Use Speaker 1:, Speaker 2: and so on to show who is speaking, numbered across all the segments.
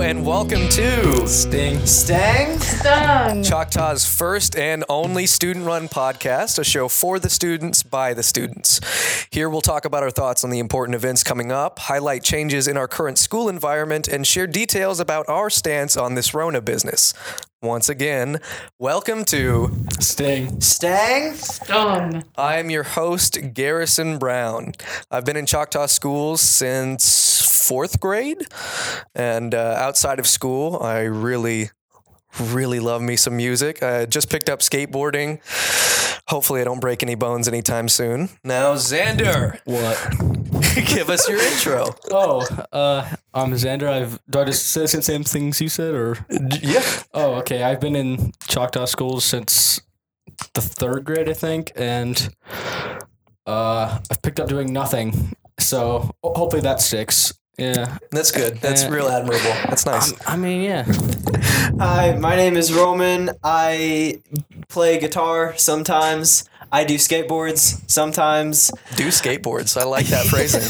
Speaker 1: and welcome to Sting Stang
Speaker 2: Stung.
Speaker 1: Choctaw's first and only student run podcast, a show for the students by the students. Here we'll talk about our thoughts on the important events coming up, highlight changes in our current school environment, and share details about our stance on this Rona business. Once again, welcome to
Speaker 3: Sting.
Speaker 1: Stang.
Speaker 2: Stung.
Speaker 1: I am your host, Garrison Brown. I've been in Choctaw schools since fourth grade. And uh, outside of school, I really, really love me some music. I just picked up skateboarding. Hopefully, I don't break any bones anytime soon. Now, Xander,
Speaker 3: What?
Speaker 1: give us your intro.
Speaker 3: Oh, uh, I'm Xander. I've do I just say the same things you said, or
Speaker 1: Yeah.
Speaker 3: oh, okay. I've been in Choctaw schools since the third grade, I think, and uh, I've picked up doing nothing. So ho- hopefully that sticks. Yeah.
Speaker 1: That's good. That's
Speaker 3: Uh,
Speaker 1: real admirable. That's nice.
Speaker 3: I mean, yeah.
Speaker 4: Hi, my name is Roman. I play guitar sometimes. I do skateboards sometimes.
Speaker 1: Do skateboards. I like that phrasing.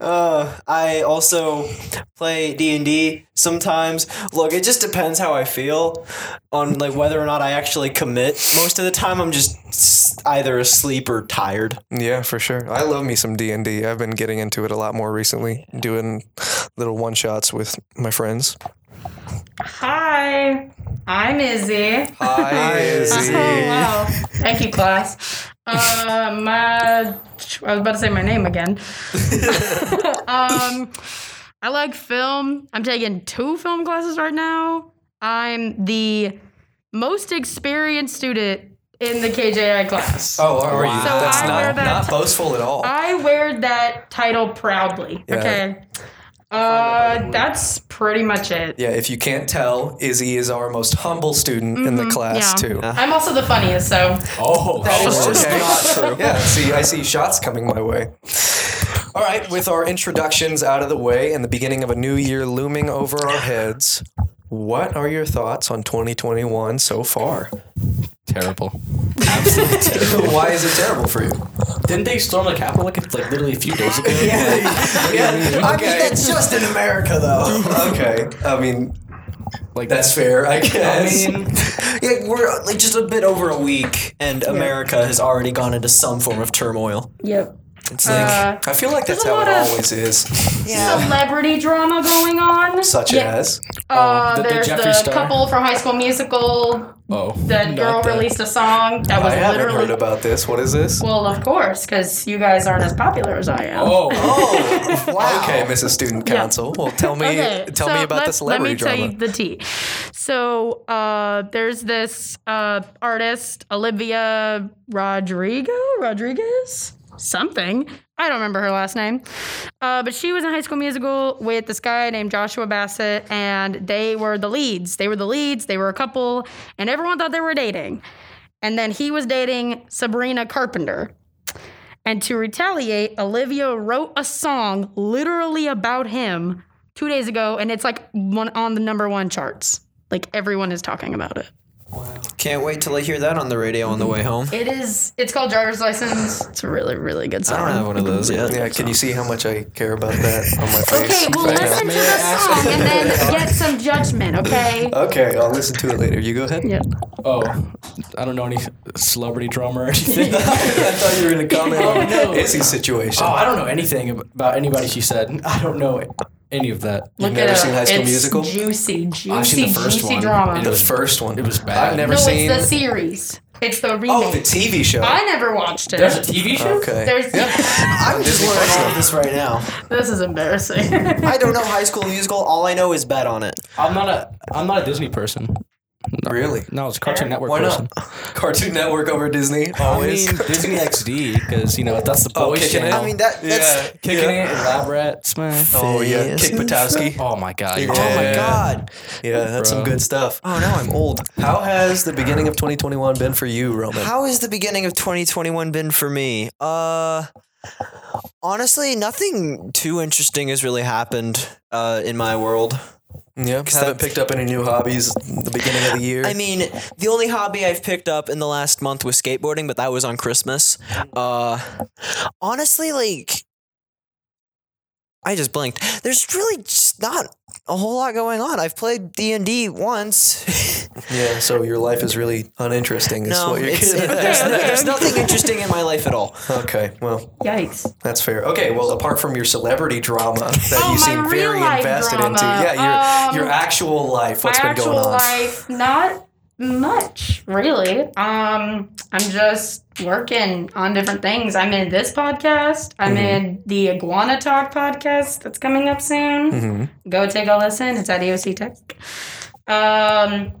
Speaker 4: Uh, I also play D and D sometimes. Look, it just depends how I feel on like whether or not I actually commit. Most of the time, I'm just s- either asleep or tired.
Speaker 1: Yeah, for sure. I love me some D and D. I've been getting into it a lot more recently, doing little one shots with my friends.
Speaker 2: Hi, I'm Izzy.
Speaker 1: Hi,
Speaker 2: Oh, wow. Thank you, class. Uh, my, I was about to say my name again. um, I like film. I'm taking two film classes right now. I'm the most experienced student in the KJI class.
Speaker 1: Oh, are you?
Speaker 3: Wow.
Speaker 2: So
Speaker 1: That's
Speaker 2: I wear
Speaker 1: not,
Speaker 2: that-
Speaker 1: not boastful at all.
Speaker 2: I wear that title proudly.
Speaker 1: Yeah.
Speaker 2: Okay. Uh, that's pretty much it.
Speaker 1: yeah, if you can't tell, Izzy is our most humble student in the class
Speaker 2: Mm-hmm, yeah.
Speaker 1: too.
Speaker 2: I'm also the funniest, so
Speaker 3: Oh,
Speaker 2: is
Speaker 1: Okay.
Speaker 4: true.
Speaker 1: Yeah, see, I see shots coming my way. All right, with our introductions out of the way and the beginning of a new year looming over our heads, what are your thoughts on 2021 so far?
Speaker 3: terrible.
Speaker 1: Why is it terrible for you?
Speaker 3: Didn't they storm the Capitol like, like literally a few days ago?
Speaker 1: Yeah, I mean, that's
Speaker 4: just in America, though.
Speaker 1: okay. I mean,
Speaker 3: Like
Speaker 1: that's fair, I guess.
Speaker 3: I mean,
Speaker 4: yeah, we're like just a bit over a week, and America has already gone into some form of turmoil.
Speaker 2: yep.
Speaker 1: it's like
Speaker 2: uh,
Speaker 1: I feel like that's
Speaker 2: there's a
Speaker 1: how it
Speaker 2: lot of-
Speaker 1: always is.
Speaker 2: Celebrity drama going on.
Speaker 1: Such
Speaker 2: Yeah.
Speaker 1: as
Speaker 2: Uh,
Speaker 3: the- the
Speaker 2: there's the,
Speaker 3: Jeffree Star.
Speaker 2: couple from High School Musical.
Speaker 3: oh,
Speaker 2: That
Speaker 3: not
Speaker 2: girl
Speaker 3: that.
Speaker 2: released a song that was
Speaker 1: I haven't
Speaker 2: literally.
Speaker 1: heard about this. What is this?
Speaker 2: well, of course, because you guys aren't as popular as I am.
Speaker 3: Oh,
Speaker 1: Oh, wow. Okay, Mrs. Student Council. Well, tell me,
Speaker 2: Okay,
Speaker 1: tell
Speaker 2: so
Speaker 1: me about the
Speaker 2: let,
Speaker 1: celebrity
Speaker 2: Let me
Speaker 1: drama.
Speaker 2: tell you the tea. So uh, there's this uh, artist, Olivia Rodrigo, Rodriguez, something. I don't remember her last name. Uh, but she was in High School Musical with this guy named Joshua Bassett, and they were the leads. They were the leads. They were a couple, and everyone thought they were dating. And then he was dating Sabrina Carpenter. And to retaliate, Olivia wrote a song literally about him two days ago, and it's like one on the number one charts. Like everyone is talking about it.
Speaker 4: Can't wait till I hear that on the radio on the way home.
Speaker 2: It is. It's called Driver's License. It's a really, really good song.
Speaker 4: I don't have one of those yet.
Speaker 1: yeah, can you see how much I care about that on my face?
Speaker 2: Okay, well,
Speaker 1: right now?
Speaker 2: listen to the song and then get some judgment, okay?
Speaker 1: Okay, I'll listen to it later. You go ahead.
Speaker 2: Yeah.
Speaker 3: oh, I don't know any celebrity drama or anything.
Speaker 1: I thought you were going to comment
Speaker 2: Oh,
Speaker 1: on
Speaker 3: no.
Speaker 1: Izzy's situation.
Speaker 3: Oh, I don't know anything ab- about anybody she said. I don't know any of that.
Speaker 2: Look
Speaker 1: never
Speaker 2: it up.
Speaker 1: seen High School
Speaker 2: it's
Speaker 1: Musical?
Speaker 2: Juicy, juicy,
Speaker 3: I've seen the first
Speaker 2: juicy
Speaker 3: one.
Speaker 2: drama.
Speaker 3: It
Speaker 1: the
Speaker 3: was-
Speaker 1: first one.
Speaker 3: it was bad.
Speaker 1: I've never
Speaker 2: no,
Speaker 1: seen.
Speaker 2: it's the series. It's the remake.
Speaker 1: oh, the TV show.
Speaker 2: I never watched it.
Speaker 3: There's a TV show?
Speaker 1: okay.
Speaker 2: There's-
Speaker 4: I'm just
Speaker 1: Disney
Speaker 4: learning
Speaker 1: Plus.
Speaker 4: all of this right now.
Speaker 2: this is embarrassing.
Speaker 4: I don't know High School Musical. All I know is bet on it.
Speaker 3: I'm not a I'm not a Disney person.
Speaker 1: really?
Speaker 3: No, it's a Cartoon Network
Speaker 1: Why
Speaker 3: person.
Speaker 1: not? Cartoon Network over Disney always.
Speaker 3: I mean, Disney XD because you know that's the
Speaker 1: Oh,
Speaker 3: boy
Speaker 1: kicking it.
Speaker 3: channel.
Speaker 4: I mean, that- that's-
Speaker 1: yeah.
Speaker 3: kicking it and Lab Rat Smash.
Speaker 1: Oh yeah,
Speaker 4: Fist.
Speaker 1: Kick Patowski.
Speaker 3: Oh my god.
Speaker 1: Yeah.
Speaker 4: Oh my god.
Speaker 1: Yeah, that's some
Speaker 3: Bro.
Speaker 1: good stuff. Oh, now I'm old. How has the beginning of 2021 been for you, Roman?
Speaker 4: How has the beginning of 2021 been for me? Uh honestly, nothing too interesting has really happened uh in my world.
Speaker 1: yeah, haven't picked up any new hobbies at the beginning of the year.
Speaker 4: I mean, the only hobby I've picked up in the last month was skateboarding, but that was on Christmas. Uh honestly, like I just blinked. There's really just not a whole lot going on. I've played D and D once.
Speaker 1: Yeah, so your life is really uninteresting. Is
Speaker 4: no,
Speaker 1: what you're
Speaker 4: it's, it,
Speaker 1: getting at.
Speaker 4: there's, there's nothing interesting in my life at all.
Speaker 1: Okay, well,
Speaker 2: Yikes.
Speaker 1: that's fair. Okay, well, apart from your celebrity drama that
Speaker 2: Oh,
Speaker 1: you
Speaker 2: my
Speaker 1: seem
Speaker 2: real
Speaker 1: very
Speaker 2: life
Speaker 1: invested
Speaker 2: drama.
Speaker 1: into, yeah, your
Speaker 2: Um,
Speaker 1: your actual life, what's
Speaker 2: my
Speaker 1: been
Speaker 2: actual
Speaker 1: going on?
Speaker 2: life, not much really. Um, I'm just working on different things. I'm in this podcast. I'm
Speaker 1: Mm-hmm.
Speaker 2: in the Iguana Talk podcast that's coming up soon.
Speaker 1: Mm-hmm.
Speaker 2: Go take a listen. It's at EOC Tech. Um,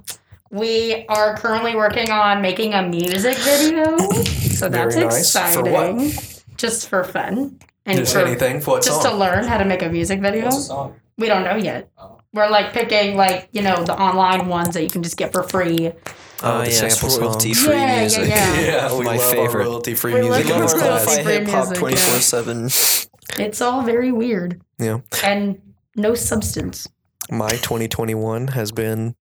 Speaker 2: we are currently working on making a music video, so
Speaker 1: Very
Speaker 2: that's
Speaker 1: nice. For
Speaker 2: exciting.
Speaker 1: what?
Speaker 2: Just for fun and
Speaker 1: Just
Speaker 2: for
Speaker 1: anything? What
Speaker 2: just to
Speaker 1: song?
Speaker 2: learn how to make a music video.
Speaker 3: song?
Speaker 2: We don't know yet.
Speaker 1: Oh.
Speaker 2: We're like picking like you know the online ones that you can just get for free.
Speaker 4: Uh,
Speaker 1: Oh, the sample song.
Speaker 4: royalty-free
Speaker 2: Yeah, yeah, yeah.
Speaker 1: Yeah, we
Speaker 4: My
Speaker 1: love
Speaker 4: favorite.
Speaker 1: our royalty-free
Speaker 2: We
Speaker 1: music.
Speaker 2: love
Speaker 1: in
Speaker 2: our
Speaker 1: this class.
Speaker 2: royalty-free
Speaker 4: Lo-fi hip hop
Speaker 2: music, yeah.
Speaker 4: 24 7.
Speaker 2: It's all very weird
Speaker 1: Yeah.
Speaker 2: and no substance.
Speaker 1: my 2021 has been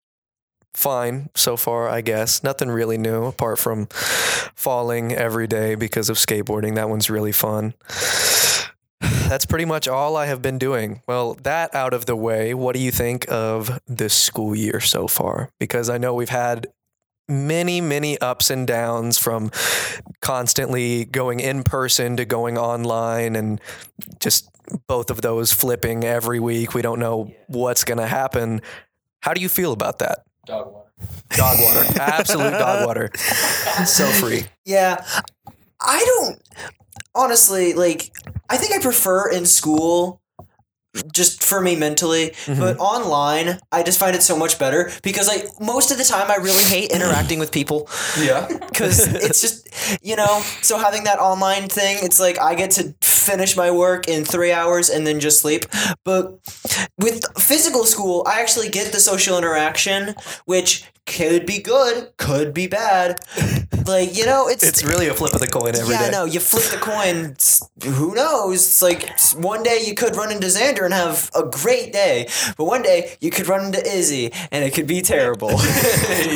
Speaker 1: fine so far, I guess. Nothing really new apart from falling every day because of skateboarding. That one's really fun. That's pretty much all I have been doing. Well, that out of the way, what do you think of this school year so far? Because I know we've had many, many ups and downs from constantly going in person to going online and just both of those flipping every week. We don't know what's going to happen. How do you feel about that?
Speaker 3: Dog water.
Speaker 1: Dog water. Absolute dog water. So free.
Speaker 4: Yeah. I don't honestly like I think I prefer in school just for me mentally, but online I just find it so much better because like most of the time I really hate interacting with people
Speaker 1: Yeah.
Speaker 4: cuz it's just you know, so having that online thing, it's like I get to finish my work in 3 hours and then just sleep. But with physical school, I actually get the social interaction which could be good, could be bad. Like, you know, it's
Speaker 1: It's really a flip of the coin every day.
Speaker 4: yeah, no, you flip the coin. it's- Who knows? It's like one day you could run into Xander and have a great day, but one day you could run into Izzy and it could be terrible.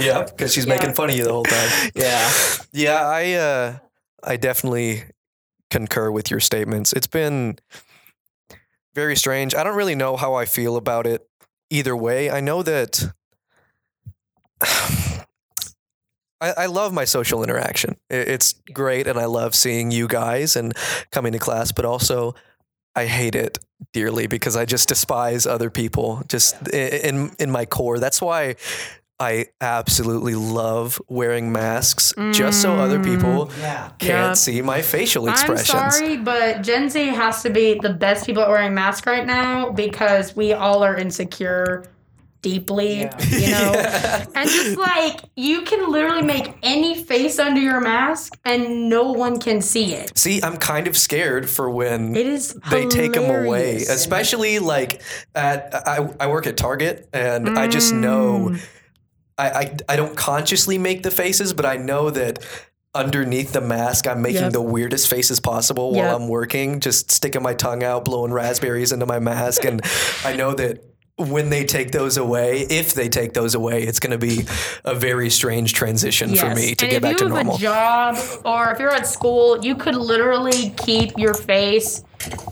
Speaker 1: yeah, because she's making fun of you the whole time.
Speaker 4: yeah.
Speaker 1: Yeah, I uh I definitely concur with your statements. It's been very strange. I don't really know how I feel about it either way. I know that I, I love my social interaction. I- It's great, and I love seeing you guys and coming to class. But also, I hate it dearly because I just despise other people. Just i- in in my core. That's why I absolutely love wearing masks, just so other people
Speaker 4: Yeah.
Speaker 1: can't
Speaker 2: Yeah.
Speaker 1: see my facial expressions.
Speaker 2: I'm sorry, but Gen Z has to be the best people at wearing masks right now because we all are insecure deeply, you know. And just like you can literally make any face under your mask and no one can see it.
Speaker 1: See, I'm kind of scared for when
Speaker 2: It is
Speaker 1: they take them away,
Speaker 2: hilarious.
Speaker 1: especially like at I, I work at Target and I just know
Speaker 2: Mm.
Speaker 1: I, I I don't consciously make the faces, but I know that underneath the mask I'm making
Speaker 2: Yep.
Speaker 1: the weirdest faces possible while
Speaker 2: Yep.
Speaker 1: I'm working, just sticking my tongue out, blowing raspberries into my mask and I know that when they take those away, if they take those away, it's going to be a very strange transition for me to
Speaker 2: and
Speaker 1: get
Speaker 2: if
Speaker 1: back
Speaker 2: you
Speaker 1: to
Speaker 2: have
Speaker 1: normal.
Speaker 2: a job or if you're at school, you could literally keep your face,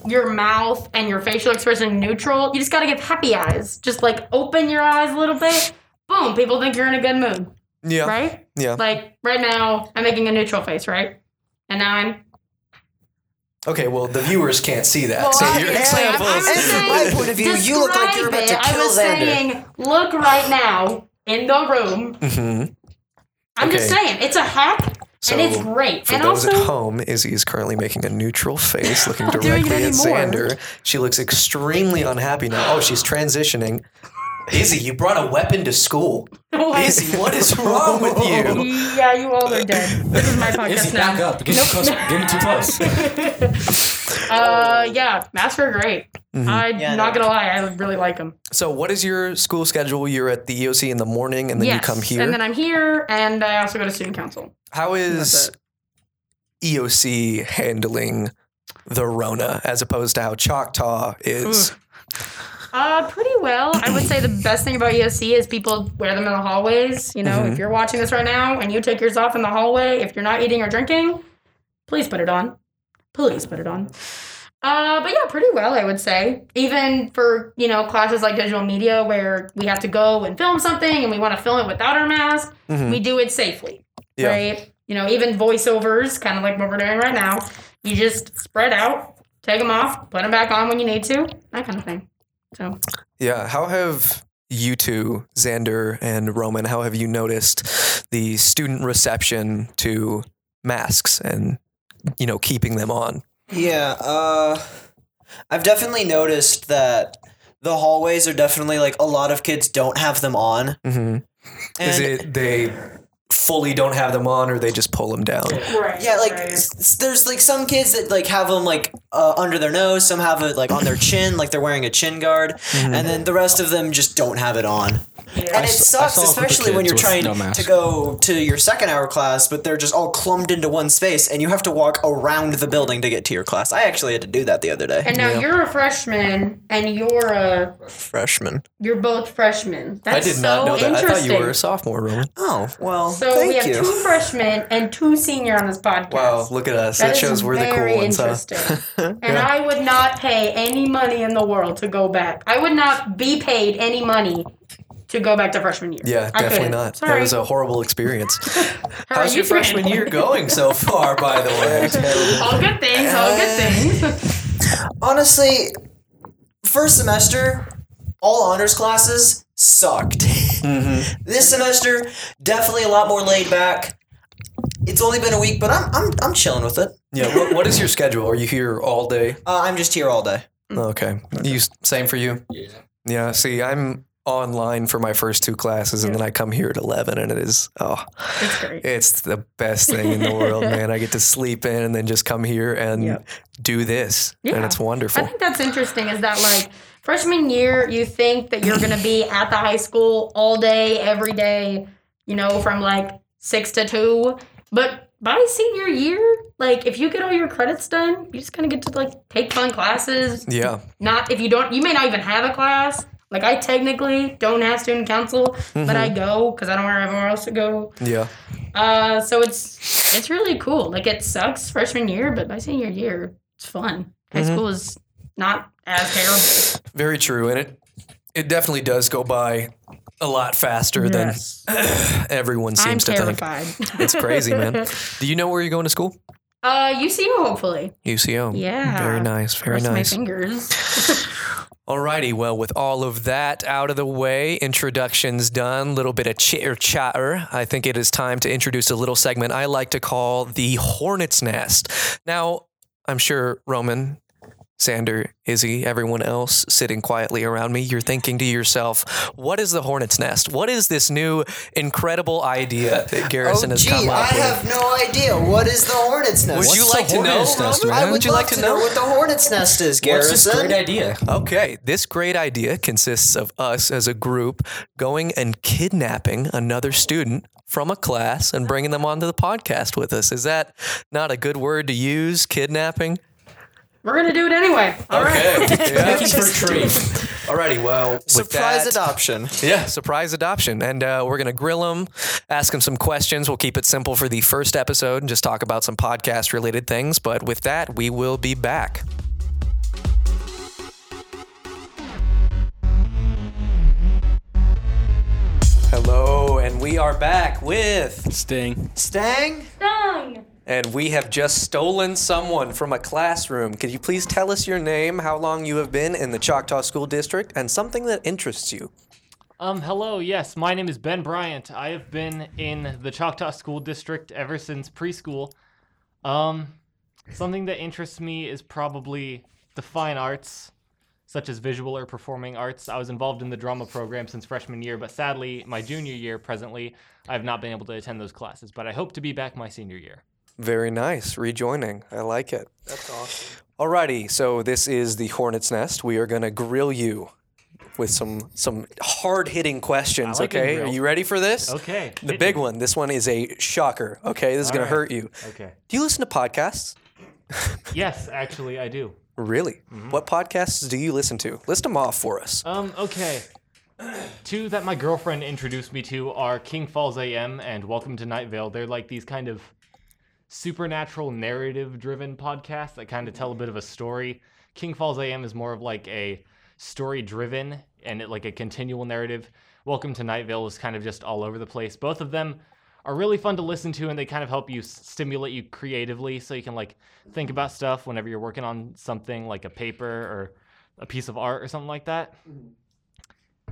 Speaker 2: your mouth, and your facial expression neutral. You just gotta give happy eyes. Just like open your eyes a little bit. Boom, people think you're in a good mood,
Speaker 1: yeah.
Speaker 2: right?
Speaker 1: Yeah.
Speaker 2: Like right now, I'm making a neutral face, right? And now I'm
Speaker 1: Okay, well, the viewers can't see that. so
Speaker 2: I-
Speaker 1: your
Speaker 2: yeah,
Speaker 1: example
Speaker 2: I'm-
Speaker 1: is-
Speaker 2: I'm
Speaker 4: From my point of view, you look like you're about to
Speaker 2: describe it. I
Speaker 4: kill
Speaker 2: was
Speaker 4: Xander.
Speaker 2: saying, look right now in the room.
Speaker 1: Mhm.
Speaker 2: I'm just
Speaker 1: Okay.
Speaker 2: saying, it's a hack
Speaker 1: So,
Speaker 2: and it's great.
Speaker 1: For
Speaker 2: and
Speaker 1: those
Speaker 2: also,
Speaker 1: at home, Izzy is currently making a neutral face, looking
Speaker 2: Not doing it
Speaker 1: directly at
Speaker 2: anymore.
Speaker 1: Xander. She looks extremely unhappy now. Oh, she's transitioning. Izzy, you brought a weapon to school. Izzy, what is wrong with you?
Speaker 2: Yeah, you all are dead. This is my podcast
Speaker 3: Izzy,
Speaker 2: now.
Speaker 3: back up. Get, close, get too close.
Speaker 2: Uh, yeah, masks are great.
Speaker 1: Mm-hmm.
Speaker 2: I'm
Speaker 4: Yeah,
Speaker 2: not
Speaker 4: no.
Speaker 2: gonna lie, I really like them.
Speaker 1: So, what is your school schedule? You're at the EOC in the morning, and then
Speaker 2: yes,
Speaker 1: you come here.
Speaker 2: and then I'm here, and I also go to student council.
Speaker 1: How is EOC handling the Rona as opposed to how Choctaw is?
Speaker 2: Mm. Uh, pretty well. I would say the best thing about ESC is people wear them in the hallways. You know, if you're watching this right now and you take yours off in the hallway, if you're not eating or drinking, please put it on. Please put it on. Uh, but yeah, pretty well, I would say. Even for, you know, classes like digital media where we have to go and film something and we want to film it without our mask,
Speaker 1: Mm-hmm.
Speaker 2: we do it safely.
Speaker 1: Yeah.
Speaker 2: Right? You know, even voiceovers, kind of like what we're doing right now, you just spread out, take them off, put them back on when you need to, that kind of thing. So,
Speaker 1: Yeah. How have you two, Xander and Roman, how have you noticed the student reception to masks and, you know, keeping them on?
Speaker 4: Yeah, uh, I've definitely noticed that the hallways are definitely like a lot of kids don't have them on.
Speaker 1: Mm-hmm.
Speaker 4: And
Speaker 1: Is it they fully don't have them on or they just pull them down?
Speaker 2: right.
Speaker 4: Yeah, like s- s- there's like some kids that like have them like uh, under their nose. Some have it like on their chin, like they're wearing a chin guard, and then the rest of them just don't have it on. And it
Speaker 3: s- Mm-hmm. I
Speaker 4: sucks,
Speaker 3: saw a group of
Speaker 4: especially when
Speaker 3: kids
Speaker 4: you're
Speaker 3: with
Speaker 4: trying
Speaker 3: no mask.
Speaker 4: to go to your second hour class, but they're just all clumped into one space, and you have to walk around the building to get to your class. I actually had to do that the other day.
Speaker 2: And now you're a freshman and you're a,
Speaker 1: Freshman.
Speaker 2: you're both freshmen. That's
Speaker 1: I did
Speaker 2: so
Speaker 1: not know that. I
Speaker 2: interesting.
Speaker 1: thought you were a sophomore, Roman.
Speaker 4: oh well,
Speaker 2: So
Speaker 4: thank
Speaker 2: we have
Speaker 4: you.
Speaker 2: two freshmen and two senior on this podcast.
Speaker 1: Wow, look at us. That,
Speaker 2: is
Speaker 1: shows we're the
Speaker 2: very
Speaker 1: cool ones, huh?
Speaker 2: interesting. and I would not pay any money in the world to go back. I would not be paid any money to go back to freshman year.
Speaker 1: Yeah,
Speaker 2: I
Speaker 1: definitely
Speaker 2: couldn't.
Speaker 1: not.
Speaker 2: Sorry.
Speaker 1: That was a horrible experience.
Speaker 2: How are
Speaker 1: How's
Speaker 2: you
Speaker 1: your
Speaker 2: doing?
Speaker 1: freshman year going so far, by the way?
Speaker 2: All good things. All good things.
Speaker 4: Honestly, first semester, all honors classes sucked.
Speaker 1: Mm-hmm.
Speaker 4: this semester, definitely a lot more laid back. It's only been a week, but I'm I'm, I'm chilling with it.
Speaker 1: yeah, what, what is your schedule? Are you here all day?
Speaker 4: Uh, I'm just here all day.
Speaker 2: Mm.
Speaker 1: Okay. You same for you? Yeah. Yeah, see, I'm online for my first two classes and then I come here at 11 and it is oh,
Speaker 2: it's great.
Speaker 1: it's the best thing in the world, man. I get to sleep in and then just come here and
Speaker 2: Yep.
Speaker 1: do this. And
Speaker 2: Yeah.
Speaker 1: it's
Speaker 2: I
Speaker 1: wonderful.
Speaker 2: think that's interesting. Is that like freshman year? You think that you're going to be at the high school all day, every day. You know, from like six to two, but. By senior year, like if you get all your credits done, you just kind of get to like take fun classes,
Speaker 1: Yeah.
Speaker 2: not if you don't you may not even have a class like i technically don't have student council but i go because i don't want everyone else to go
Speaker 1: Yeah.
Speaker 2: uh, so it's it's really cool like it sucks freshman year but by senior year it's fun high
Speaker 1: Mm-hmm.
Speaker 2: school is not as terrible
Speaker 1: Very true. And it it definitely does go by a lot faster than everyone
Speaker 2: i'm
Speaker 1: seems to think.
Speaker 2: terrified
Speaker 1: It's crazy, man. Do you know where you're going to school?
Speaker 2: uh uco hopefully
Speaker 1: UCO.
Speaker 2: Yeah.
Speaker 1: Very nice. Very
Speaker 2: Cross my
Speaker 1: nice.
Speaker 2: fingers
Speaker 1: Alrighty, well, with all of that out of the way, introductions done, little bit of chitter chatter, I think it is time to introduce a little segment I like to call the Hornet's Nest. Now, I'm sure Roman, Sander, Izzy, everyone else sitting quietly around me, you're thinking to yourself, what is the Hornet's Nest? What is this new incredible idea that Garrison has come up
Speaker 4: Oh, I
Speaker 1: with?
Speaker 4: have no idea. What is the hornet's nest?
Speaker 1: would you
Speaker 3: What's
Speaker 1: like
Speaker 3: the
Speaker 1: to know?
Speaker 3: Hornet's Nest, man?
Speaker 1: Roman?
Speaker 4: I would,
Speaker 1: Would you
Speaker 4: love
Speaker 1: like to know?
Speaker 4: what the hornet's nest is, Garrison.
Speaker 3: idea?
Speaker 4: Oh,
Speaker 1: Okay, this great idea consists of us as a group going and kidnapping another student from a class and bringing them onto the podcast with us. Is that not a good word to use? Kidnapping?
Speaker 2: we're gonna do it anyway
Speaker 1: Oh.
Speaker 2: all right
Speaker 1: Yeah.
Speaker 3: retrieve.
Speaker 1: Alrighty, well, with
Speaker 4: Surprise
Speaker 1: that-
Speaker 4: adoption.
Speaker 1: Yeah, surprise adoption. And uh, we're going to grill him, ask him some questions. We'll keep it simple for the first episode and just talk about some podcast related things. But with that, we will be back. Hello, and we are back with.
Speaker 3: Sting.
Speaker 4: Stang?
Speaker 2: Dang.
Speaker 1: And we have just stolen someone from a classroom. Could you please tell us your name, how long you have been in the Choctaw School District, and something that interests you?
Speaker 5: Um, hello, yes, my name is Ben Bryant. I have been in the Choctaw School District ever since preschool. Um, something that interests me is probably the fine arts, such as visual or performing arts. I was involved in the drama program since freshman year, but sadly, my junior year presently, I have not been able to attend those classes, but I hope to be back my senior year.
Speaker 1: Very nice. Rejoining. I like it. That's awesome. Alrighty, so this is the Hornet's Nest. We are gonna grill you with some some hard hitting questions.
Speaker 5: I like a
Speaker 1: okay. Are
Speaker 5: grill.
Speaker 1: you ready for this?
Speaker 5: Okay.
Speaker 1: The big one. This one is a shocker. Okay, this is gonna
Speaker 5: Alright.
Speaker 1: hurt you.
Speaker 5: Okay.
Speaker 1: Do you listen to podcasts?
Speaker 5: Yes, actually, I do.
Speaker 1: Really?
Speaker 5: Mm-hmm.
Speaker 1: What podcasts do you listen to? List them off for us.
Speaker 5: Um, okay. Two that my girlfriend introduced me to are King Falls AM and Welcome to Night Vale. They're like these kind of supernatural narrative driven podcasts that kind of tell a bit of a story. King Falls AM is more of like a story driven and it, like a continual narrative. Welcome to Night Vale is kind of just all over the place. Both of them are really fun to listen to and they kind of help you s- stimulate you creatively so you can like think about stuff whenever you're working on something like a paper or a piece of art or something like that.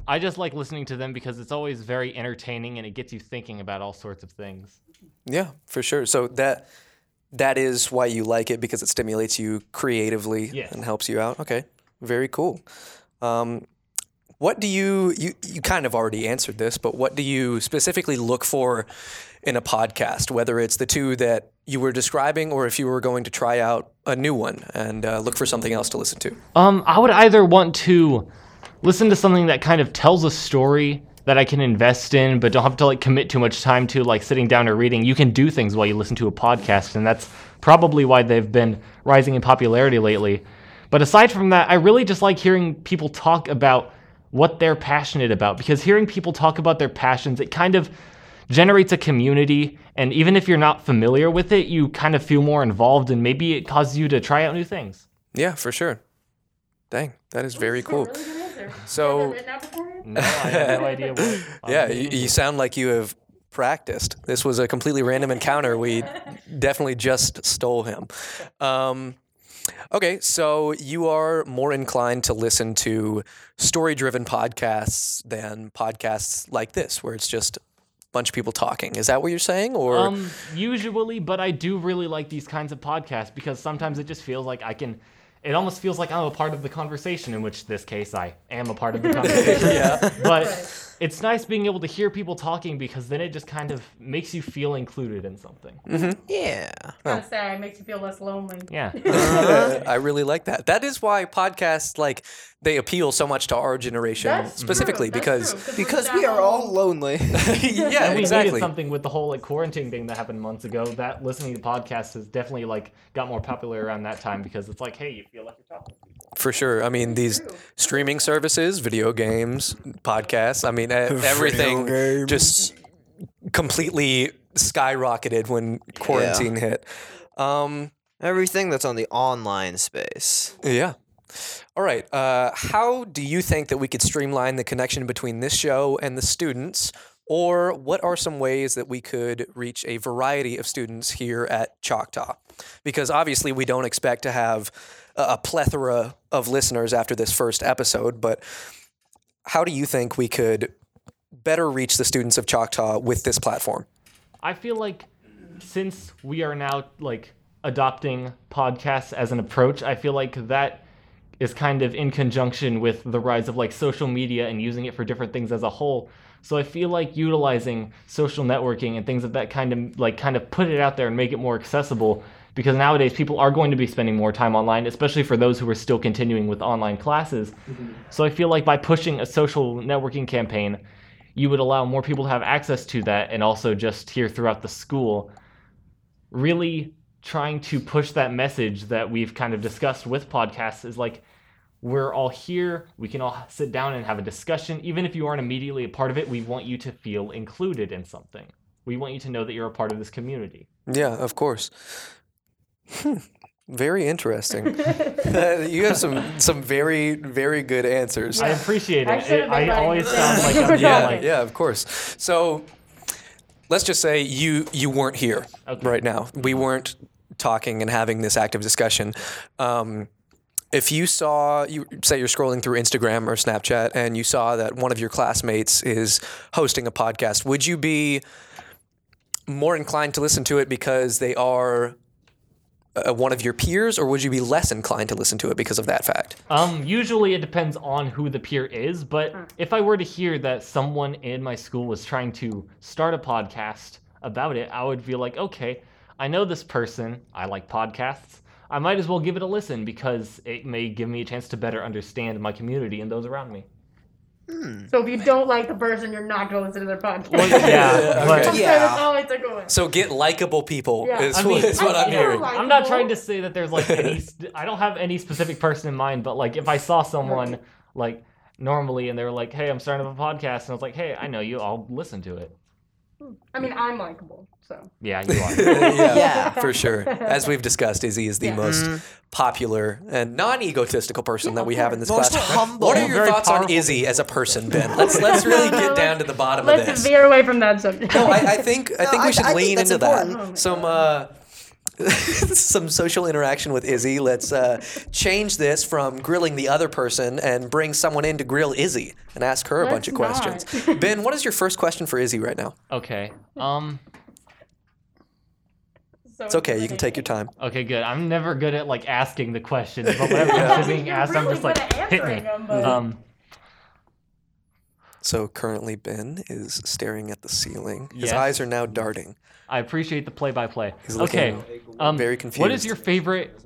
Speaker 5: I just like listening to them because it's always very entertaining and it gets you thinking about all sorts of things.
Speaker 1: Yeah, for sure. So that that is why you like it because it stimulates you creatively
Speaker 5: Yes.
Speaker 1: and helps you out. Okay, very cool. Um, what do you you you kind of already answered this, but what do you specifically look for in a podcast? Whether it's the two that you were describing, or if you were going to try out a new one and uh, look for something else to listen to.
Speaker 5: Um, I would either want to listen to something that kind of tells a story that I can invest in, but don't have to like commit too much time to like sitting down or reading. You can do things while you listen to a podcast, and that's probably why they've been rising in popularity lately. But aside from that, I really just like hearing people talk about what they're passionate about because hearing people talk about their passions, it kind of generates a community. And even if you're not familiar with it, you kind of feel more involved, and maybe it causes you to try out new things.
Speaker 1: Yeah, for sure. Dang, that is very cool. So
Speaker 5: No, I have no idea what.
Speaker 1: yeah, you, you sound like you have practiced. This was a completely random encounter. We definitely just stole him. Um, okay, so you are more inclined to listen to story driven podcasts than podcasts like this, where it's just a bunch of people talking. Is that what you're saying? Or
Speaker 5: Um, usually, but I do really like these kinds of podcasts because sometimes it just feels like I can. It almost feels like I'm a part of the conversation, in which this case I am a part of the conversation. But it's nice being able to hear people talking because then it just kind of makes you feel included in something.
Speaker 2: Gotta say, it makes you feel less lonely.
Speaker 5: Yeah.
Speaker 1: I really like that. That is why podcasts like they appeal so much to our generation
Speaker 2: That's true,
Speaker 1: specifically
Speaker 2: that's
Speaker 1: because
Speaker 2: true,
Speaker 4: Because
Speaker 2: we're
Speaker 4: we
Speaker 2: down
Speaker 4: are all lonely.
Speaker 1: yeah,
Speaker 5: And we
Speaker 1: exactly.
Speaker 5: needed something with the whole like quarantine thing that happened months ago. That listening to podcasts has definitely like got more popular around that time because it's like, hey, you feel like you're talking.
Speaker 1: For sure. I mean, these streaming services, video games, podcasts, I mean, e- everything just completely skyrocketed when quarantine hit. Um,
Speaker 4: Everything that's on the online space.
Speaker 1: yeah. All right. Uh, how do you think that we could streamline the connection between this show and the students? Or what are some ways that we could reach a variety of students here at Choctaw? Because obviously, we don't expect to have a a plethora of listeners after this first episode, but how do you think we could better reach the students of Choctaw with this platform?
Speaker 5: I feel like since we are now like adopting podcasts as an approach, I feel like that is kind of in conjunction with the rise of like social media and using it for different things as a whole. So I feel like utilizing social networking and things of that kind of like kind of put it out there and make it more accessible because nowadays people are going to be spending more time online, especially for those who are still continuing with online classes. So I feel like by pushing a social networking campaign, you would allow more people to have access to that and also just here throughout the school really trying to push that message that we've kind of discussed with podcasts is like we're all here we can all sit down and have a discussion even if you aren't immediately a part of it we want you to feel included in something we want you to know that you're a part of this community
Speaker 1: Yeah, of course. Hmm, Very interesting. Uh, you have some some very very good answers.
Speaker 5: i appreciate it
Speaker 2: I
Speaker 5: i,
Speaker 2: should've been
Speaker 5: I
Speaker 2: writing
Speaker 5: always
Speaker 2: this
Speaker 5: sound like
Speaker 2: down.
Speaker 5: i'm
Speaker 1: yeah,
Speaker 5: like
Speaker 1: yeah, of course. So let's just say you you weren't here
Speaker 5: Okay.
Speaker 1: right now. We weren't talking and having this active discussion. Um, if you saw you say you're scrolling through Instagram or Snapchat and you saw that one of your classmates is hosting a podcast, would you be more inclined to listen to it because they are uh, one of your peers, or would you be less inclined to listen to it because of that fact?
Speaker 5: Um, usually it depends on who the peer is, but if I were to hear that someone in my school was trying to start a podcast about it, I would be like, okay, I know this person. I like podcasts. I might as well give it a listen because it may give me a chance to better understand my community and those around me.
Speaker 2: So if you don't like the person, you're not going to listen to their podcast.
Speaker 5: yeah, but
Speaker 2: So that's all I took away.
Speaker 1: So get likable people
Speaker 2: Yeah.
Speaker 1: is,
Speaker 5: I mean,
Speaker 1: what, is what
Speaker 2: I
Speaker 1: I'm
Speaker 2: feel
Speaker 1: hearing.
Speaker 2: like-
Speaker 5: I'm not trying to say that there's like any. st- I don't have any specific person in mind, but like if I saw someone like normally and they were like, "Hey, I'm starting up a podcast," and I was like, "Hey, I know you. I'll listen to it."
Speaker 2: I mean, I'm likable, so.
Speaker 5: Yeah, you are.
Speaker 4: Yeah. Mm-hmm.
Speaker 1: for sure. As we've discussed, Izzy is the
Speaker 2: Yeah.
Speaker 1: most popular and non-egotistical person that we have in this
Speaker 4: Most
Speaker 1: class.
Speaker 4: humble.
Speaker 1: What are your
Speaker 5: Very
Speaker 1: thoughts on
Speaker 5: powerful
Speaker 1: Izzy as a person, Ben? Let's let's really get down to the bottom of
Speaker 2: Let's
Speaker 1: this.
Speaker 2: veer away Oh, from that subject.
Speaker 1: No, I, I think I think
Speaker 4: I-
Speaker 1: we should
Speaker 4: I think
Speaker 1: lean
Speaker 4: that's
Speaker 1: into
Speaker 4: important.
Speaker 1: that. Some uh, some social interaction with Izzy. Let's uh, change this from grilling the other person and bring someone in to grill Izzy and ask her a bunch of
Speaker 2: Let's
Speaker 1: questions. ben, what is your first question for Izzy right now?
Speaker 5: okay. Um.
Speaker 2: So
Speaker 1: It's okay. You can take your time.
Speaker 5: Okay. Good. I'm never good at like asking the questions, but whatever I'm being
Speaker 2: You're
Speaker 5: asked, I'm
Speaker 2: really
Speaker 5: just like
Speaker 2: good at
Speaker 5: hit me.
Speaker 2: answering them, but-
Speaker 5: Um.
Speaker 1: So currently, Ben is staring at the ceiling. His
Speaker 5: Yes.
Speaker 1: eyes are now darting.
Speaker 5: I appreciate the play-by-play.
Speaker 1: looking
Speaker 5: Okay. Um,
Speaker 1: very
Speaker 5: What is
Speaker 1: confused.
Speaker 5: your favorite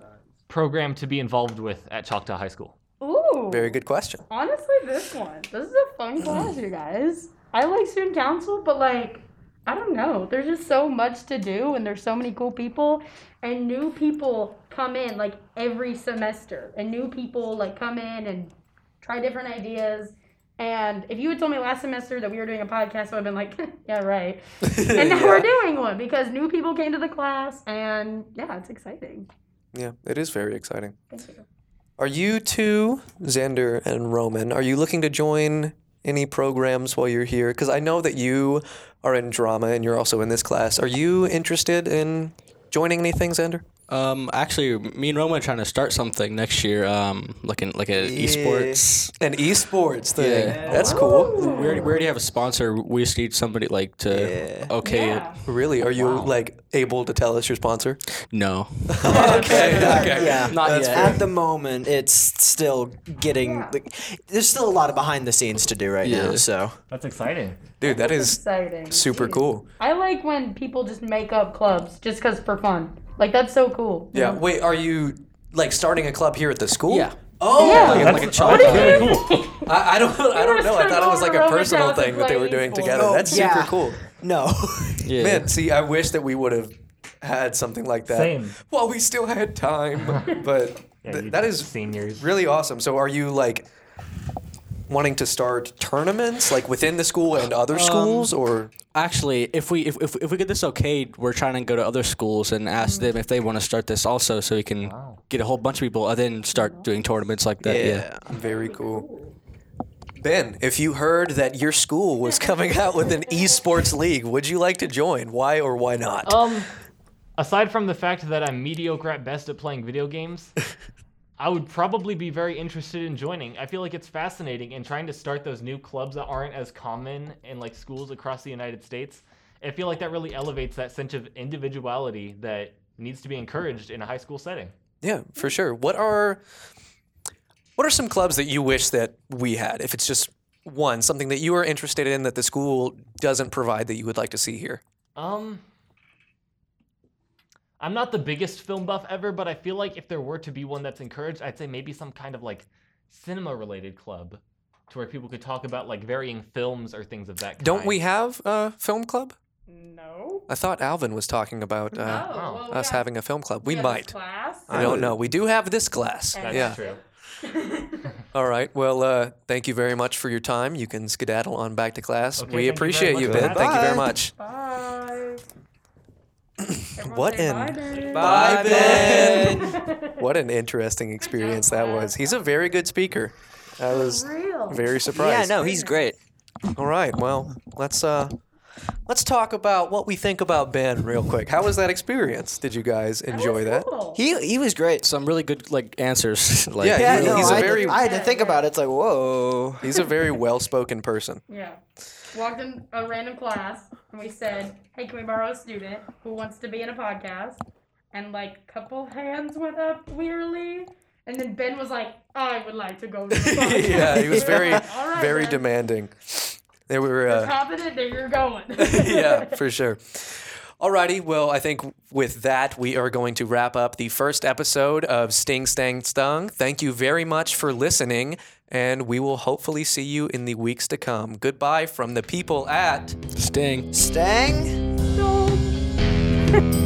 Speaker 5: program to be involved with at Choctaw High School?
Speaker 2: Ooh.
Speaker 1: Very good question.
Speaker 2: Honestly, this one. This is a
Speaker 1: Mm-hmm.
Speaker 2: fun class, you guys. I like student council, but like, I don't know. There's just so much to do, and there's so many cool people, and new people come in like every semester, and new people like come in and try different ideas. And if you had told me last semester that we were doing a podcast, I would have been like, yeah, right. And now we're doing one because new people came to the class, and yeah, it's exciting.
Speaker 1: Yeah, it is very exciting.
Speaker 2: Thank you.
Speaker 1: Are you two, Xander and Roman, are you looking to join any programs while you're here? Because I know that you are in drama and you're also in this class. Are you interested in joining anything, Xander?
Speaker 3: Um, actually, me and Roma are trying to start something next year. Um, looking like an esports.
Speaker 1: An esports thing.
Speaker 3: Yeah.
Speaker 1: That's cool.
Speaker 3: We already, we already have a sponsor. We just need somebody like to okay it.
Speaker 1: Really? Are you like able to tell us your sponsor?
Speaker 3: No,
Speaker 1: okay. okay.
Speaker 4: Uh, Yeah,
Speaker 3: Not
Speaker 4: that's
Speaker 3: yet.
Speaker 4: fair. At the moment, it's still getting. Like, there's still a lot of behind the scenes to do right now.
Speaker 3: Yeah.
Speaker 4: So
Speaker 5: That's exciting.
Speaker 1: Dude, that is
Speaker 2: Exciting.
Speaker 1: super
Speaker 2: Jeez.
Speaker 1: cool.
Speaker 2: I like when people just make up clubs just because for fun. Like that's so cool.
Speaker 1: Yeah. Wait, are you like starting a club here at the school?
Speaker 3: Yeah.
Speaker 1: Oh,
Speaker 2: Yeah.
Speaker 1: like,
Speaker 3: like a child.
Speaker 5: Really cool.
Speaker 1: I, I don't I don't know. I thought it was like a personal thing that they were doing together.
Speaker 4: Oh,
Speaker 1: That's super
Speaker 4: yeah.
Speaker 1: cool.
Speaker 4: no.
Speaker 3: Yeah.
Speaker 1: Man, see, I wish that we would have had something like that
Speaker 5: Same.
Speaker 1: while we still had time. But th- that is
Speaker 5: seniors.
Speaker 1: really awesome. So, are you like wanting to start tournaments like within the school and other schools, or
Speaker 3: Actually, if we if, if, if we get this okayed, we're trying to go to other schools and
Speaker 4: Mm.
Speaker 3: ask them if they want to start this also, so we can get a whole bunch of people and then start doing tournaments like that. Yeah.
Speaker 1: very cool? Ben, if you heard that your school was coming out with an esports league, would you like to join? Why or why not?
Speaker 5: Um, aside from the fact that I'm mediocre at best at playing video games, I would probably be very interested in joining. I feel like it's fascinating and trying to start those new clubs that aren't as common in like schools across the United States. I feel like that really elevates that sense of individuality that needs to be encouraged in a high school setting.
Speaker 1: Yeah, for sure. What are what are some clubs that you wish that we had? If it's just one, something that you are interested in that the school doesn't provide that you would like to see here.
Speaker 5: Um, I'm not the biggest film buff ever, but I feel like if there were to be one that's encouraged, I'd say maybe some kind of like cinema related club to where people could talk about like varying films or things of that kind.
Speaker 1: Don't we have a film club?
Speaker 2: No.
Speaker 1: I thought Alvin was talking about uh,
Speaker 2: Oh,
Speaker 1: us having a film club. We might.
Speaker 2: Class.
Speaker 1: I don't know. We do have this class.
Speaker 5: That's
Speaker 1: yeah.
Speaker 5: true.
Speaker 1: Uh. All right. Well, uh, thank you very much for your time. You can skedaddle on back to class.
Speaker 5: Okay, thank
Speaker 1: we
Speaker 5: you very
Speaker 1: appreciate
Speaker 5: much
Speaker 1: you,
Speaker 5: for
Speaker 1: Ben.
Speaker 5: that.
Speaker 1: Thank you very
Speaker 4: Bye.
Speaker 1: much.
Speaker 2: Bye.
Speaker 1: What
Speaker 2: say
Speaker 1: an-
Speaker 2: bye, Ben.
Speaker 1: Bye,
Speaker 4: Ben.
Speaker 1: What an interesting experience that was. He's a very good speaker. I was
Speaker 2: Real.
Speaker 1: very surprised.
Speaker 4: yeah, no, he's great.
Speaker 1: All right. Well, let's uh let's talk about what we think about Ben real quick. How was that experience? Did you guys enjoy that?
Speaker 2: Cool.
Speaker 4: He he was great.
Speaker 3: Some really good like answers. like,
Speaker 1: Yeah,
Speaker 4: Yeah,
Speaker 1: He-
Speaker 4: no,
Speaker 1: he's a
Speaker 4: I,
Speaker 1: very-
Speaker 4: had, I had to think about it. It's like whoa.
Speaker 1: He's a very well-spoken person.
Speaker 2: Yeah. Walked in a random class and we said, Hey, can we borrow a student who wants to be in a podcast? And like a couple hands went up wearily. And then Ben was like, I would like to go to the podcast.
Speaker 1: yeah, he was
Speaker 2: We're
Speaker 1: very
Speaker 2: like, "All right,
Speaker 1: very
Speaker 2: Ben.
Speaker 1: demanding. They were uh,
Speaker 2: confident that you're going.
Speaker 1: yeah, for sure. Alrighty, well, I think with that, we are going to wrap up the first episode of Sting Stang Stung. Thank you very much for listening, and we will hopefully see you in the weeks to come. Goodbye from the people at.
Speaker 3: Sting.
Speaker 4: Stang.
Speaker 2: No.